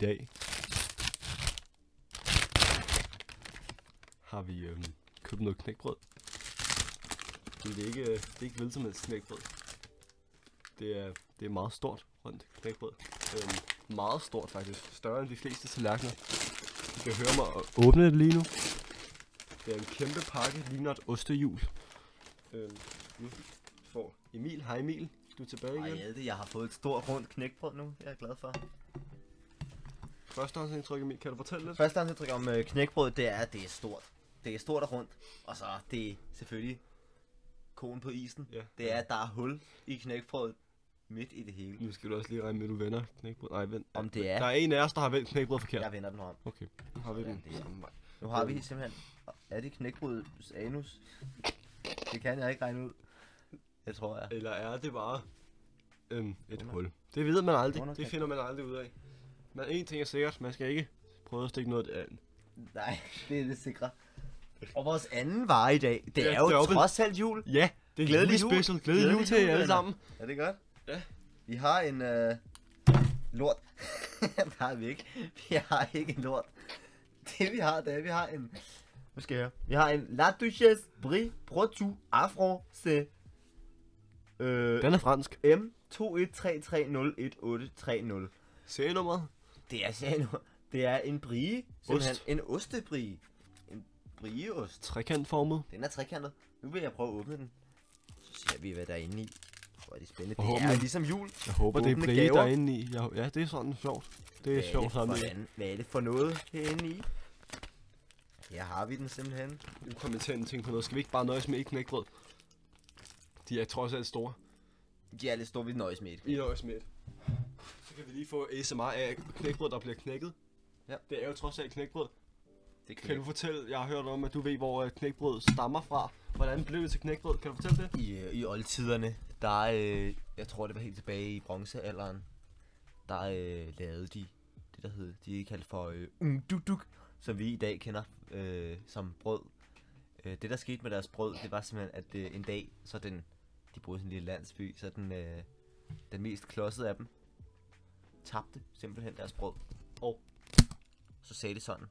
dag har vi øhm, købt noget knækbrød. Men det er ikke, øh, det er ikke vel som helst knækbrød. Det er, det er meget stort rundt knækbrød. Øhm, meget stort faktisk. Større end de fleste tallerkener. Du kan høre mig og åbne det lige nu. Det er en kæmpe pakke, ligner et ostehjul. Øhm, nu får Emil. Hej Emil, du er tilbage igen. Ej, Hjalte, jeg har fået et stort rundt knækbrød nu. Jeg er glad for. Førstehåndsindtryk, Emil. Kan du fortælle lidt? Første indtryk om øh, knækbrød, det er, at det er stort. Det er stort og rundt. Og så det er selvfølgelig konen på isen. Ja. Det er, at der er hul i knækbrødet midt i det hele. Nu skal du også lige regne med, at du vender knækbrød. Nej, vent. Om det Der er, er en af os, der har vendt knækbrød forkert. jeg vender den om. Okay, nu har vi Sådan den der. samme vej. Nu har vi simpelthen... Er det knækbrødets anus? Det kan jeg ikke regne ud. Det tror jeg. Eller er det bare øhm, et hul? Det ved man aldrig. Det Underkant. finder man aldrig ud af. Men en ting er sikkert, man skal ikke prøve at stikke noget andet. Nej, det er det sikre. Og vores anden vare i dag, det Ja, er jo det er oppe- trods alt jul. Ja, det er glædelig special. Glædelig jul til jer alle venner. sammen. Er det godt? Ja. Vi har en øh, lort. det har vi ikke. Vi har ikke en lort. Det vi har, det er, vi har en... Nu skal jeg høre. Vi har en La Duchesse Brie Protu Afro C. Øh, Den er fransk. M213301830. Serienummeret. Det er sagen. Det er en brie. Simpelthen en ostebrie. En brieost. Trekantformet. Den er trekantet. Nu vil jeg prøve at åbne den. Så ser vi, hvad der er inde i. Hvor er det spændende. Det Forhåbentlig. er ligesom jul. Jeg håber, det er Åbne blæge gaver. derinde i. Jeg, ja, det er sådan sjovt. Det er Hvad sjovt for sammen. en- Hvad er det for noget herinde i? Her har vi den simpelthen. Nu kom jeg til at tænke på noget. Skal vi ikke bare nøjes med et knækbrød? De er trods alt store. De er lidt store, vi nøjes med et. I nøjes med et. Så kan vi lige få ASMR af knækbrød, der bliver knækket. Ja. Det er jo trods alt knækbrød. Det Kan du fortælle, jeg har hørt om, at du ved, hvor øh, knækbrød stammer fra. Hvordan blev det til knækbrød? Kan du fortælle det? I, øh, I oldtiderne, der øh, jeg tror det var helt tilbage i bronzealderen, der øh, lavede de det der hed, de kaldte for øh, ungduduk, som vi i dag kender øh, som brød. Øh, det der skete med deres brød, det var simpelthen, at øh, en dag, så den, de boede i sådan en lille landsby, så den, øh, den mest klodsede af dem, tabte simpelthen deres brød. Og så sagde det sådan.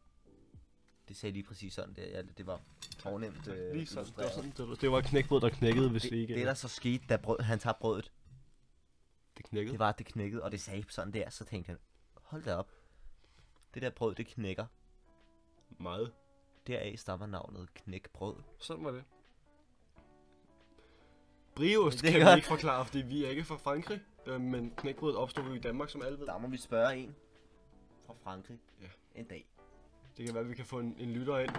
Det sagde lige præcis sådan, det, ja, det var fornemt øh, Lige sådan. Det var, illustreret. sådan, det var, det var knækbrød, der knækkede, hvis Det, vi ikke... det der så skete, da brød, han tabte brødet, det knækkede. det var, at det knækkede, og det sagde sådan der, så tænkte han, hold da op. Det der brød, det knækker. meget. Deraf stammer navnet knækbrød. Sådan var det. Briost Det er kan vi godt. ikke forklare, fordi vi er ikke fra Frankrig. Øh, men knækbrødet opstod jo i Danmark, som alle ved. Der må vi spørge en fra Frankrig Ja. en dag. Det kan være, at vi kan få en, en lytter ind.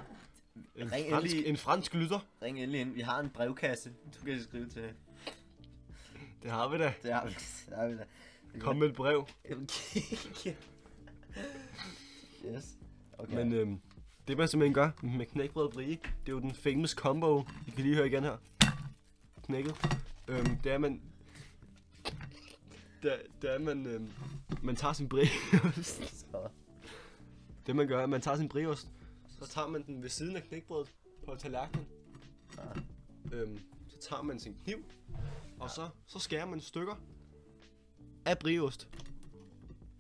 En Ring fransk, endelig. en fransk lytter. Ring endelig ind. Vi har en brevkasse, du kan skrive til. Det har vi da. Det har vi, det har vi da. Kom med et brev. Jamen, kigge. yes. Okay. Men øhm, det man simpelthen gør med knækbrød og brie, det er jo den famous combo. I kan lige høre igen her. Knækket. Øhm, det er, at man... Det, er- det er, at man, øhm, man tager sin brie. så, det man gør, er, at man tager sin brieost, så tager man den ved siden af knækbrødet på tallerkenen. Øhm, så tager man sin kniv, og så, så skærer man stykker af brieost.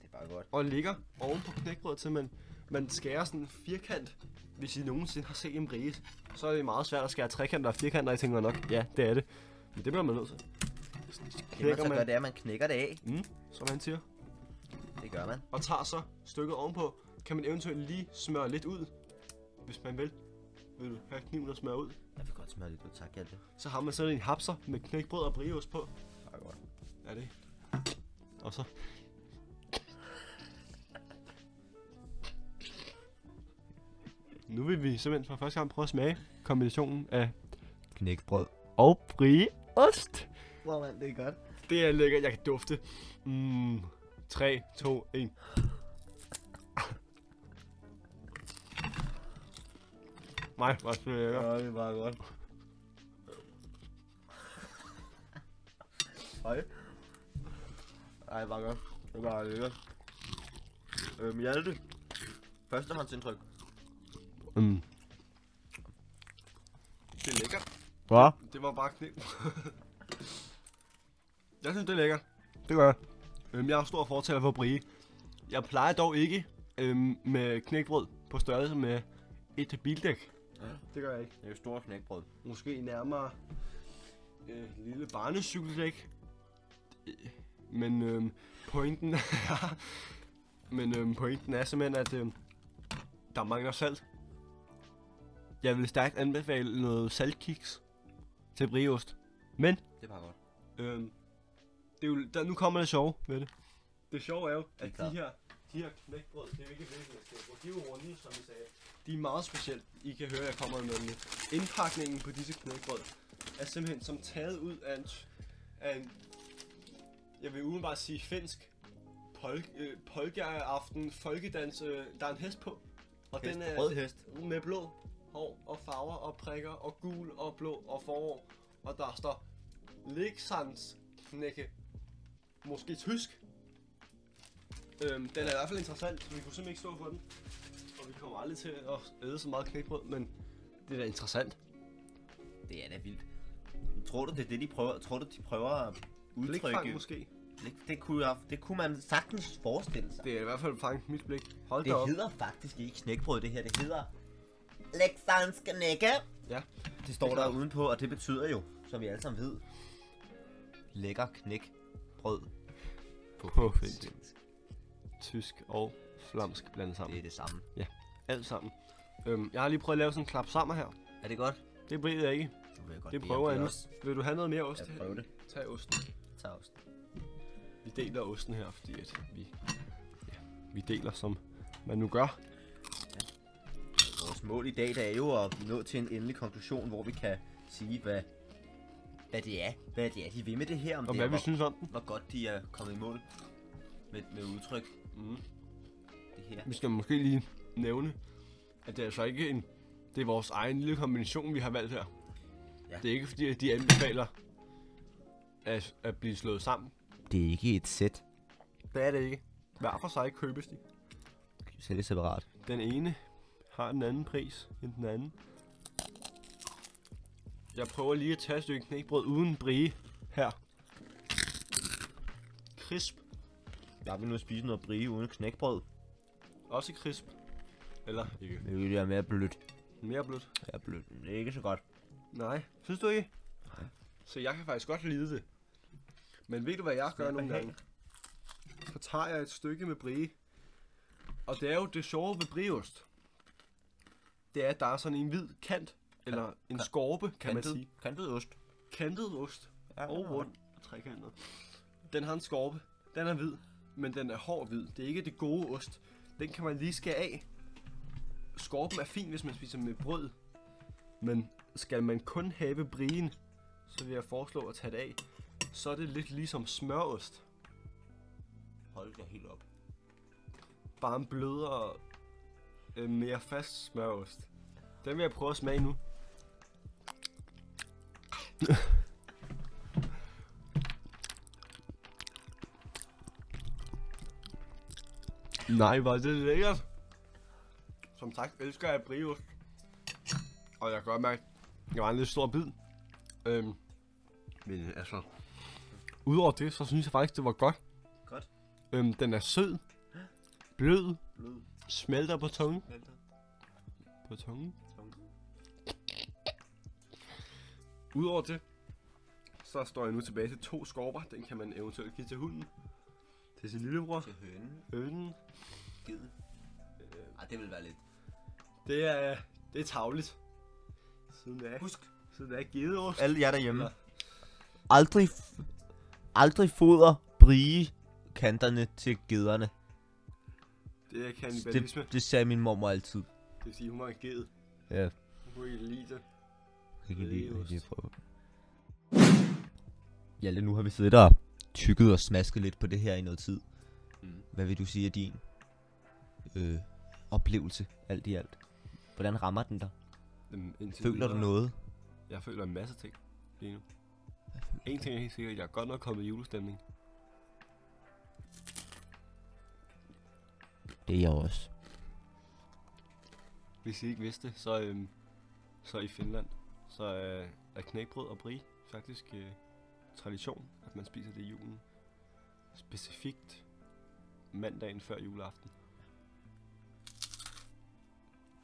det er bare godt. og ligger oven på knækbrødet, til man, man skærer sådan en firkant. Hvis I nogensinde har set en brie, så er det meget svært at skære trekanter og firkanter, og I tænker nok, ja, det er det. Men det bliver man nødt til. Så Det man knækker så altså, gør, man, det er, at man knækker det af. mm, som han siger, Det gør man. og tager så stykket ovenpå. Kan man eventuelt lige smøre lidt ud, hvis man vil. Vil du have kniven og smøre ud? Jeg vil godt smøre lidt ud, tak Hjalte. Så har man sådan en hapser med knækbrød og brieost på. Det er godt. Er det? Og så... Nu vil vi simpelthen for første gang prøve at smage kombinationen af Knækbrød. og brie ost. Wow, man, det er godt. Det er lækkert, jeg kan dufte. Mm, 3, 2, 1. Nej, hvor er det lækkert. det er bare godt. Hej. Ej, bare godt. Det er bare lækkert. Øhm, Hjalte. Førstehåndsindtryk. Mm. Det er lækkert. Hvad? Det var bare knæk. jeg synes, det er lækkert. Det gør jeg. Øhm, jeg er stor fortaler for brie. Jeg plejer dog ikke øhm, med knækbrød på størrelse med et bildæk. Det gør jeg ikke. Det er jo store knækbrød. Måske nærmere øh, lille barnecykeldæk. Øh, Men øhm, pointen er... men øhm, pointen er simpelthen, at øhm, der mangler salt. Jeg vil stærkt anbefale noget saltkiks til brieost. Men Det var godt. Øhm, det er jo, der, nu kommer det sjove ved det. Det sjove er jo, er at de klar. her, de her knækbrød, det er jo ikke hvilken knækbrød, de er jo runde, som vi sagde. De er meget specielt. I kan høre, at jeg kommer med dem nu. Indpakningen på disse knækbrød er simpelthen som taget ud af en, t- af en jeg vil umiddelbart sige finsk, pol, øh, polkeaften, folkedans, øh, der er en hest på. Og Hest, den er rød hest. med blå hår og farver og prikker og gul og blå og forår. Og der står Leksans knække. Måske tysk. Øhm, den er i hvert fald interessant, så vi kunne simpelthen ikke stå for den. Og vi kommer aldrig til at æde så meget knækbrød, men det er da interessant. Det er da vildt. Tror du, det er det, de prøver? Tror du, de prøver at Blikfang udtrykke? måske. Blik, det, kunne, jeg, det kunne man sagtens forestille sig. Det er i hvert fald fanget mit blik. Hold da Det op. hedder faktisk ikke knækbrød, det her. Det hedder... Leksans knække. Ja. Det står Det er der klart. udenpå, og det betyder jo, som vi alle sammen ved, lækker knækbrød. På finsk. Tysk og flamsk blandet Det sammen. er det samme. Alt sammen. Øhm, jeg har lige prøvet at lave sådan en klap sammen her. Er det godt? Det blev jeg ikke. Det, vil jeg godt Det bede prøver om. jeg nu. også. Vil du have noget mere ost? Jeg prøver det. Tag osten. Tag også. Vi deler osten her, fordi at vi, ja, vi deler, som man nu gør. Vores mål i dag det er jo at nå til en endelig konklusion, hvor vi kan sige, hvad, hvad det er. Hvad det er, de vil med det her. Om Og det er, hvad vi hvor, synes om den. hvor godt de er kommet i mål med, med udtryk. Mm. Det her. Vi skal måske lige nævne, at det er altså ikke en... Det er vores egen lille kombination, vi har valgt her. Ja. Det er ikke fordi, at de anbefaler at, at blive slået sammen. Det er ikke et sæt. Det er det ikke. Hver for sig købes de. Sælge separat. Den ene har en anden pris end den anden. Jeg prøver lige at tage et stykke knækbrød uden brie her. Crisp. Jeg vil nu spise noget brie uden knækbrød. Også crisp. Eller ikke. Det vil være mere blødt. Mere blødt. Ja, blødt. men Det er ikke så godt. Nej. Synes du ikke? Nej. Så jeg kan faktisk godt lide det. Men ved du, hvad jeg gør jeg nogle have? gange? Så tager jeg et stykke med brie. Og det er jo det sjove ved brieost. Det er, at der er sådan en hvid kant. Eller en skorpe, kan man sige. Kantet ost. kantet ost Ja, og rund og trekantet. Den har en skorpe. Den er hvid, men den er hård hvid. Det er ikke det gode ost. Den kan man lige skære af. Skorpen er fin, hvis man spiser med brød. Men skal man kun have brien, så vil jeg foreslå at tage det af. Så er det lidt ligesom smørost. Hold da helt op. Bare en blødere, øh, mere fast smørost. Den vil jeg prøve at smage nu. Nej, var det lækkert. Som sagt elsker jeg briost. Og jeg kan godt mærke, at jeg var en lidt stor bid. Øhm, men altså... Udover det, så synes jeg faktisk, det var godt. Godt. Øhm, den er sød. Blød. Blød. Smelter på tungen. Kantet. På tungen. Tunge. Udover det, så står jeg nu tilbage til to skorper. Den kan man eventuelt give til hunden. Til sin lillebror. Til hønen. Hønen. Ged. Ej, det vil være lidt. Det er, det er tavligt. Siden det er, Husk. siden det er gedeost. Alle jer derhjemme. Ja. Aldrig, f- aldrig foder brie kanterne til gederne. Det er kannibalisme. Det, Det, det sagde min mormor altid. det vil sige, hun var en ged. Ja, Hun kunne ikke lide det. jeg kan Det er lige, jeg ost. kan lige prøve. Hjalte, nu har vi siddet og tykket og smasket lidt på det her i noget tid. Mm. Hvad vil du sige er din øh, oplevelse, alt i alt? Hvordan rammer den dig? Øhm, indtil Føler du videre- noget? Jeg føler en masse ting lige nu. En ting er helt sikkert, jeg er godt nok kommet i julestemning. Det er jeg også. Hvis I ikke vidste, det, så, øhm, så i Finland, så øh, er knækbrød og brie faktisk øh, tradition, at man spiser det i julen. Specifikt mandagen før juleaften.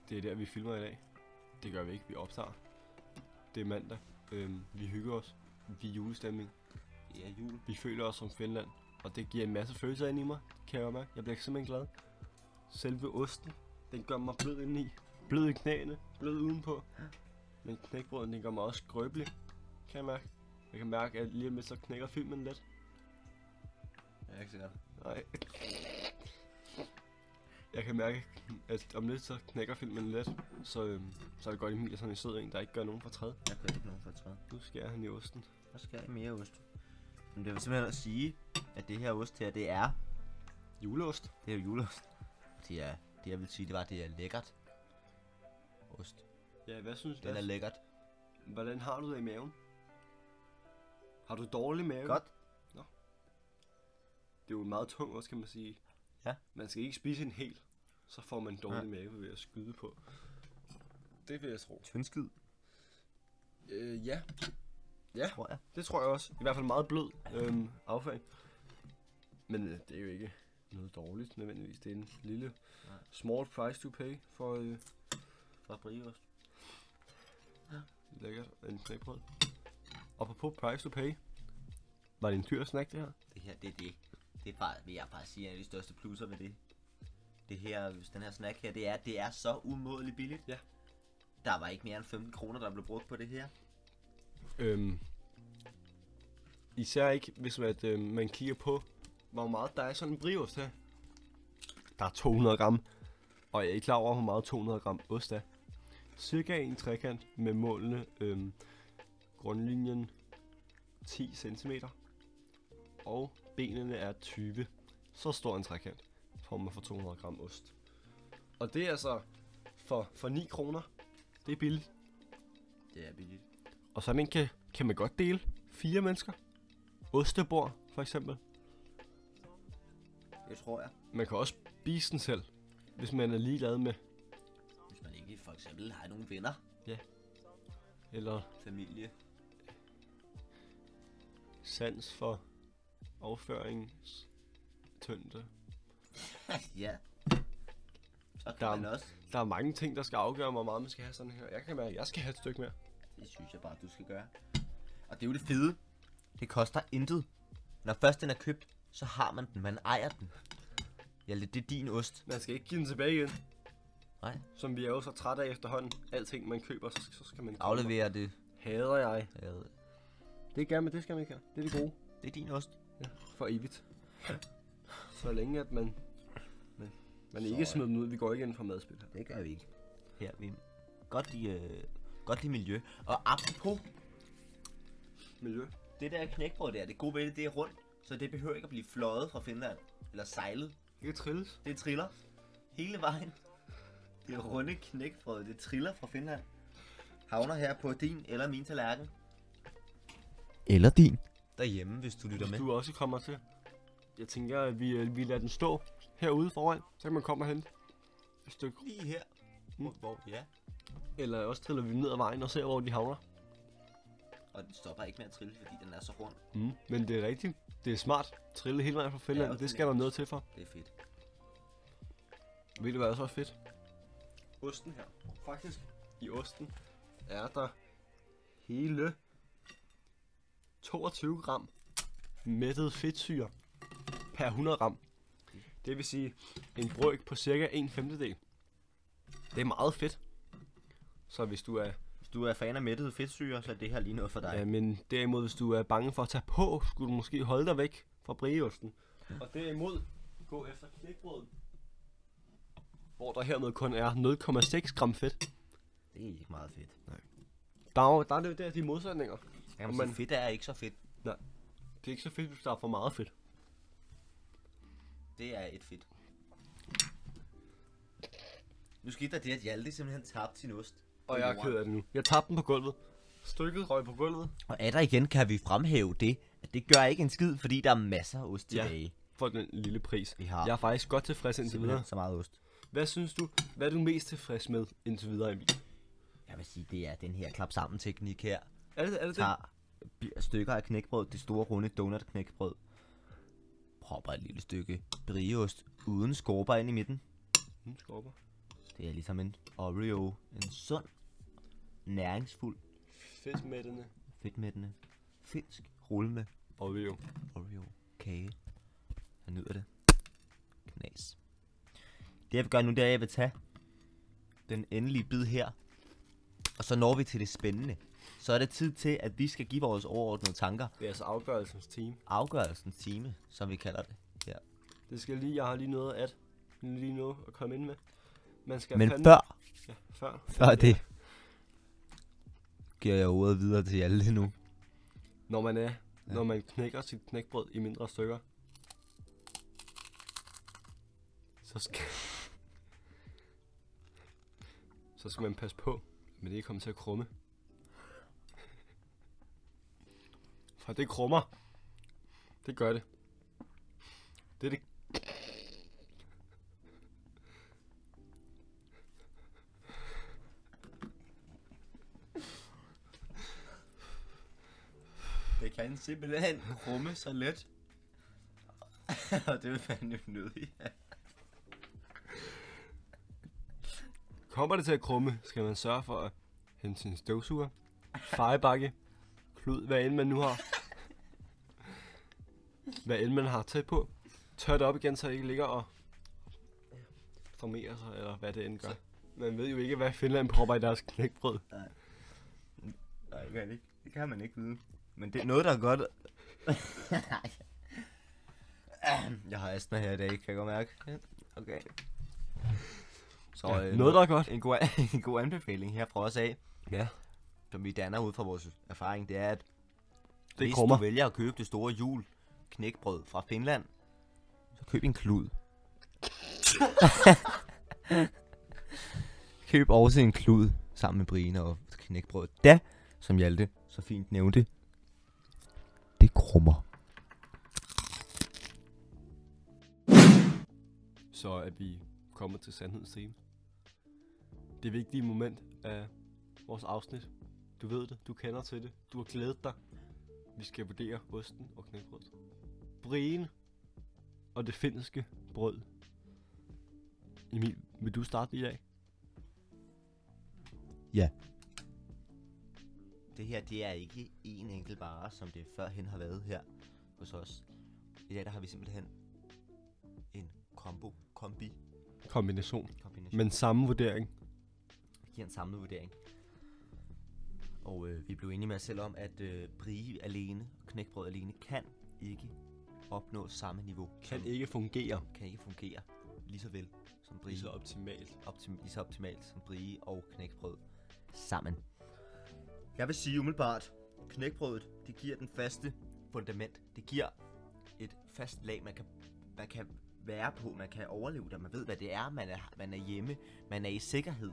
Det er der, vi filmer i dag. Det gør vi ikke, vi optager. Det er mandag. Øhm, vi hygger os. Vi er i julestemning. Ja, jul. Vi føler os som Finland. Og det giver en masse følelser ind i mig, kan jeg godt mærke. Jeg bliver simpelthen glad. Selve osten, den gør mig blød indeni. Blød i knæene, blød udenpå. Men knækbrøden, den gør mig også skrøbelig, kan jeg mærke. Jeg kan mærke, at lige om lidt, så knækker filmen lidt. Jeg er ikke sikker. Nej. Jeg kan mærke, at om lidt så knækker filmen lidt, så, øhm, så er det godt Emil er sådan en sød en, der ikke gør nogen for træd. Jeg kører ikke nogen for træet. Nu skærer han i osten. Der skal jeg mere ost. Men det vil simpelthen at sige, at det her ost her, det er, Juleost. det er jo juleost. Det er, det jeg vil sige, det var, det er lækkert. Ost. Ja, hvad synes du? Den er lækkert. Hvordan har du det i maven? Har du dårlig mave? Godt. Det er jo en meget tung ost, kan man sige. Ja. Man skal ikke spise en hel, så får man dårlig Nej. mave ved at skyde på. Det vil jeg tro. Tyndskid, Øh, ja. tror jeg. Det tror jeg også. I hvert fald meget blød øhm, afføring. Men øh, det er jo ikke noget dårligt nødvendigvis. Det er en lille Nej. small price to pay for øh, Fra Briost. lækkert en knækbrød. Og på price to pay, var det en dyr snack det her? Det her, det er det. Det er bare, vil jeg bare sige, er en af de største plusser ved det. Det her, hvis den her snack her, det er, det er så umådeligt billigt. Ja. Der var ikke mere end 15 kroner, der blev brugt på det her. Øhm, især ikke, hvis man, at, øh, man kigger på, hvor meget der er i sådan en briost her. Der er 200 gram, og jeg er ikke klar over, hvor meget 200 gram ost er. Cirka en trekant med målene, øhm, grundlinjen 10 cm, og benene er 20. Så stor en trekant får man for 200 gram ost. Og det er altså for, for 9 kroner. Det er billigt. Det er billigt. Og sådan en kan, kan man godt dele. Fire mennesker. Ostebord, for eksempel. Det tror jeg. Man kan også spise den selv, hvis man er ligeglad med. Hvis man ikke for eksempel har nogle venner, Eller familie. sans for afføringstønde. ja. Så kan Dam. man også. Der er mange ting, der skal afgøre, hvor meget man skal have sådan her. Jeg kan mærke, at jeg skal have et stykke mere. Det synes jeg bare, du skal gøre. Og det er jo det fede. Det koster intet. Når først den er købt, så har man den. Man ejer den. Ja, det er din ost. Man skal ikke give den tilbage igen. Nej. Som vi er jo så trætte af efterhånden. Alting man køber, så, så skal man ikke Afleverer det. Hader jeg. Jeg ved. Det gør man, det skal man ikke have. Det er det gode. Det er din ost. Ja, for evigt. Så længe at man, man, man Så, ikke øh, smider dem ud, vi går ikke ind for madspil her. Det gør vi ikke. Her vi godt lide, øh, godt lide miljø. Og apropos Miljø. det der knækbrød der, det gode ved det, det er rundt. Så det behøver ikke at blive fløjet fra Finland. Eller sejlet. Det kan trilles. Det triller hele vejen. Det runde knækbrød, det triller fra Finland. Havner her på din eller min tallerken. Eller din. Derhjemme, hvis du lytter med. Du også kommer til. Jeg tænker, at vi, øh, vi lader den stå herude foran, så kan man komme og hente et stykke. Lige her. Hvor, hvor, ja. Eller også triller vi ned ad vejen og ser, hvor de havner. Og den stopper ikke med at trille, fordi den er så rund. Mm. Men det er rigtigt. Det er smart. Trille hele vejen fra Finland, Ja, ja, det skal der noget til for. Det er fedt. Vil det være så fedt? Osten her. Faktisk, i osten er der hele 22 gram mættet fedtsyre per 100 gram. Det vil sige en brøk på cirka en femtedel. Det er meget fedt. Så hvis du er... Hvis du er fan af mættet fedtsyre, så er det her lige noget for dig. Ja, Øh, men derimod, hvis du er bange for at tage på, skulle du måske holde dig væk fra brieosten. Og derimod, gå efter knækbrødet. Hvor der hermed kun er 0,6 gram fedt. Det er ikke meget fedt. Nej. Der er, jo- der er det jo der, de modsætninger. Jamen, man- man... fedt er ikke så fedt. Det er ikke så fedt, hvis der er for meget fedt. Det er et fedt. Nu skete der det, at Hjalte simpelthen tabte sin ost. Og jeg er ked af det nu. Jeg tabte den på gulvet. Stykket røg på gulvet. Og af der igen kan vi fremhæve det, at det gør ikke en skid, fordi der er masser af ost Ja. tilbage. For den lille pris. Vi har- Jeg er faktisk godt tilfreds indtil videre. så meget ost. Hvad synes du? Hvad er du mest tilfreds med indtil videre, Emil? Jeg vil sige, det er den her klap sammen teknik her. Er det er det? det? Tager bi- stykker af knækbrød, det store runde donut knækbrød. propper et lille stykke brieost uden skorper ind i midten. Mm, skorper. Det er ligesom en Oreo. En sund, næringsfuld, Fedtmættende. fedtmættende, finsk, rullende Oreo. Oreo kage. Jeg nyder det. Knas. Det jeg vil gøre nu, det er, at jeg vil tage den endelige bid her. Og så når vi til det spændende. Så er det tid til, at vi skal give vores overordnede tanker. Det er altså afgørelsens team. Afgørelsens time, som vi kalder det. Her. Det skal lige, jeg har lige noget at lige nu at komme ind med. Man skal Men fandme- før, Ja, før. før det, giver jeg ordet videre til jer lige nu. Når man er, ja. når man knækker sit knækbrød i mindre stykker, så skal, så skal man passe på, at man ikke kommer til at krumme. For det krummer. Det gør det. Det er det. Det kan simpelthen rumme så let. Og det vil fandme nødig. Kommer det til at krumme, skal man sørge for at hente sin støvsuger, fejebakke, klud, hvad end man nu har. Hvad end man har tæt på. Tør det op igen, så det ikke ligger og formerer sig, eller hvad det end gør. Man ved jo ikke, hvad Finland propper i deres knækbrød. Nej, det kan man ikke. Det kan man ikke vide. Men det er noget, der er godt. jeg har astma her i dag, kan jeg godt mærke. Okay. Så Ja, øh, noget, der er godt. en, god, en god anbefaling her fra os af, Ja, som vi danner ud fra vores erfaring, det er, at det hvis krummer. du vælger at købe det store jul knækbrød fra Finland, så køb en klud. køb også en klud sammen med Brine og knækbrød. Da, som Hjalte så fint nævnte, det krummer. så at vi kommer til sandhedens time. Det vigtige moment af vores afsnit. Du ved det, du kender til det, du har glædet dig. Vi skal vurdere osten og knækbrødet. Brien og det finske brød. Emil, vil du starte i dag? Det her, det er ikke en enkelt vare, som det førhen har været her hos os. I dag, der har vi simpelthen en kombo, kombi, Kombination. kombination. Men samme vurdering. giver en samlet vurdering. Og øh, vi blev enige med os selv om, at øh, brie alene og knækbrød alene kan ikke opnå samme niveau. Kan som- ikke fungere kan ikke fungere lige så vel som brie. lige så optimalt. optim- lige så optimalt som brie og knækbrød sammen. Jeg vil sige umiddelbart, knækbrødet, det giver den faste fundament. Det giver et fast lag, man kan, man kan være på, man kan overleve der, man ved, hvad det er, man er, man er hjemme, man er i sikkerhed.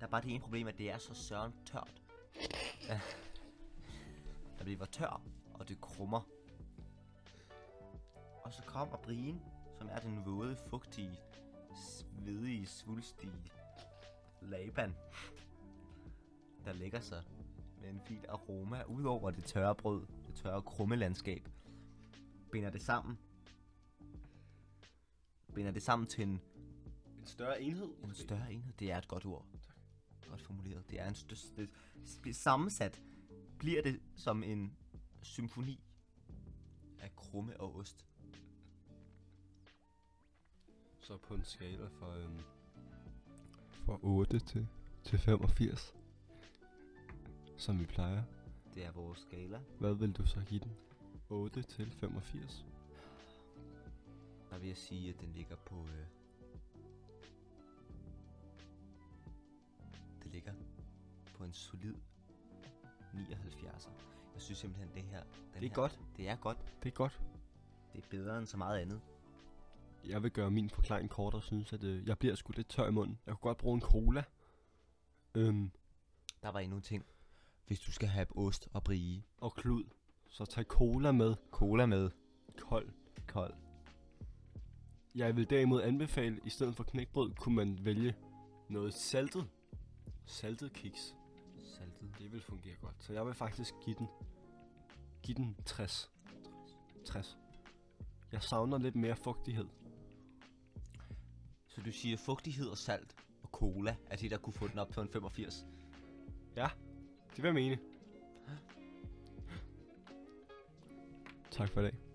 Der er bare det ene problem, at det er så søren tørt. Ja. Der bliver tør, og det krummer. Og så kommer brien, som er den våde, fugtige, svedige, svulstige Laban, der lægger sig med en fin aroma ud over det tørre brød, det tørre krumme landskab. Binder det sammen. Binder det sammen til en, En større enhed. en større enhed. Det er et godt ord. Godt formuleret. Det er en større, det, sp- sammensat. Bliver det som en symfoni af krumme og ost. Så på en skala fra, øhm, fra 8 til, til 85, som vi plejer, Det er vores skala. hvad vil du så give den? 8 til 85. Der vil jeg sige, at den ligger på... Øh... Det ligger på en solid 79. Jeg synes simpelthen, det her... Den det er her, godt. Det er godt. Det er godt. Det er bedre end så meget andet. Jeg vil gøre min forklaring kort og synes, at øh, jeg bliver sgu lidt tør i munden. Jeg kunne godt bruge en cola. Øhm, Der var endnu en ting. Hvis du skal have ost og brie, og klud. Så tag cola med. cola med, Kold. kold. Jeg vil derimod anbefale, i stedet for knækbrød, kunne man vælge noget saltet. Saltet kiks. Saltet. Det vil fungere godt. Så jeg vil faktisk give den, give den 60. 60. Jeg savner lidt mere fugtighed. Så du siger fugtighed og salt og cola er det, der kunne få den op på en 85. Det vil jeg mene. Tak for i dag.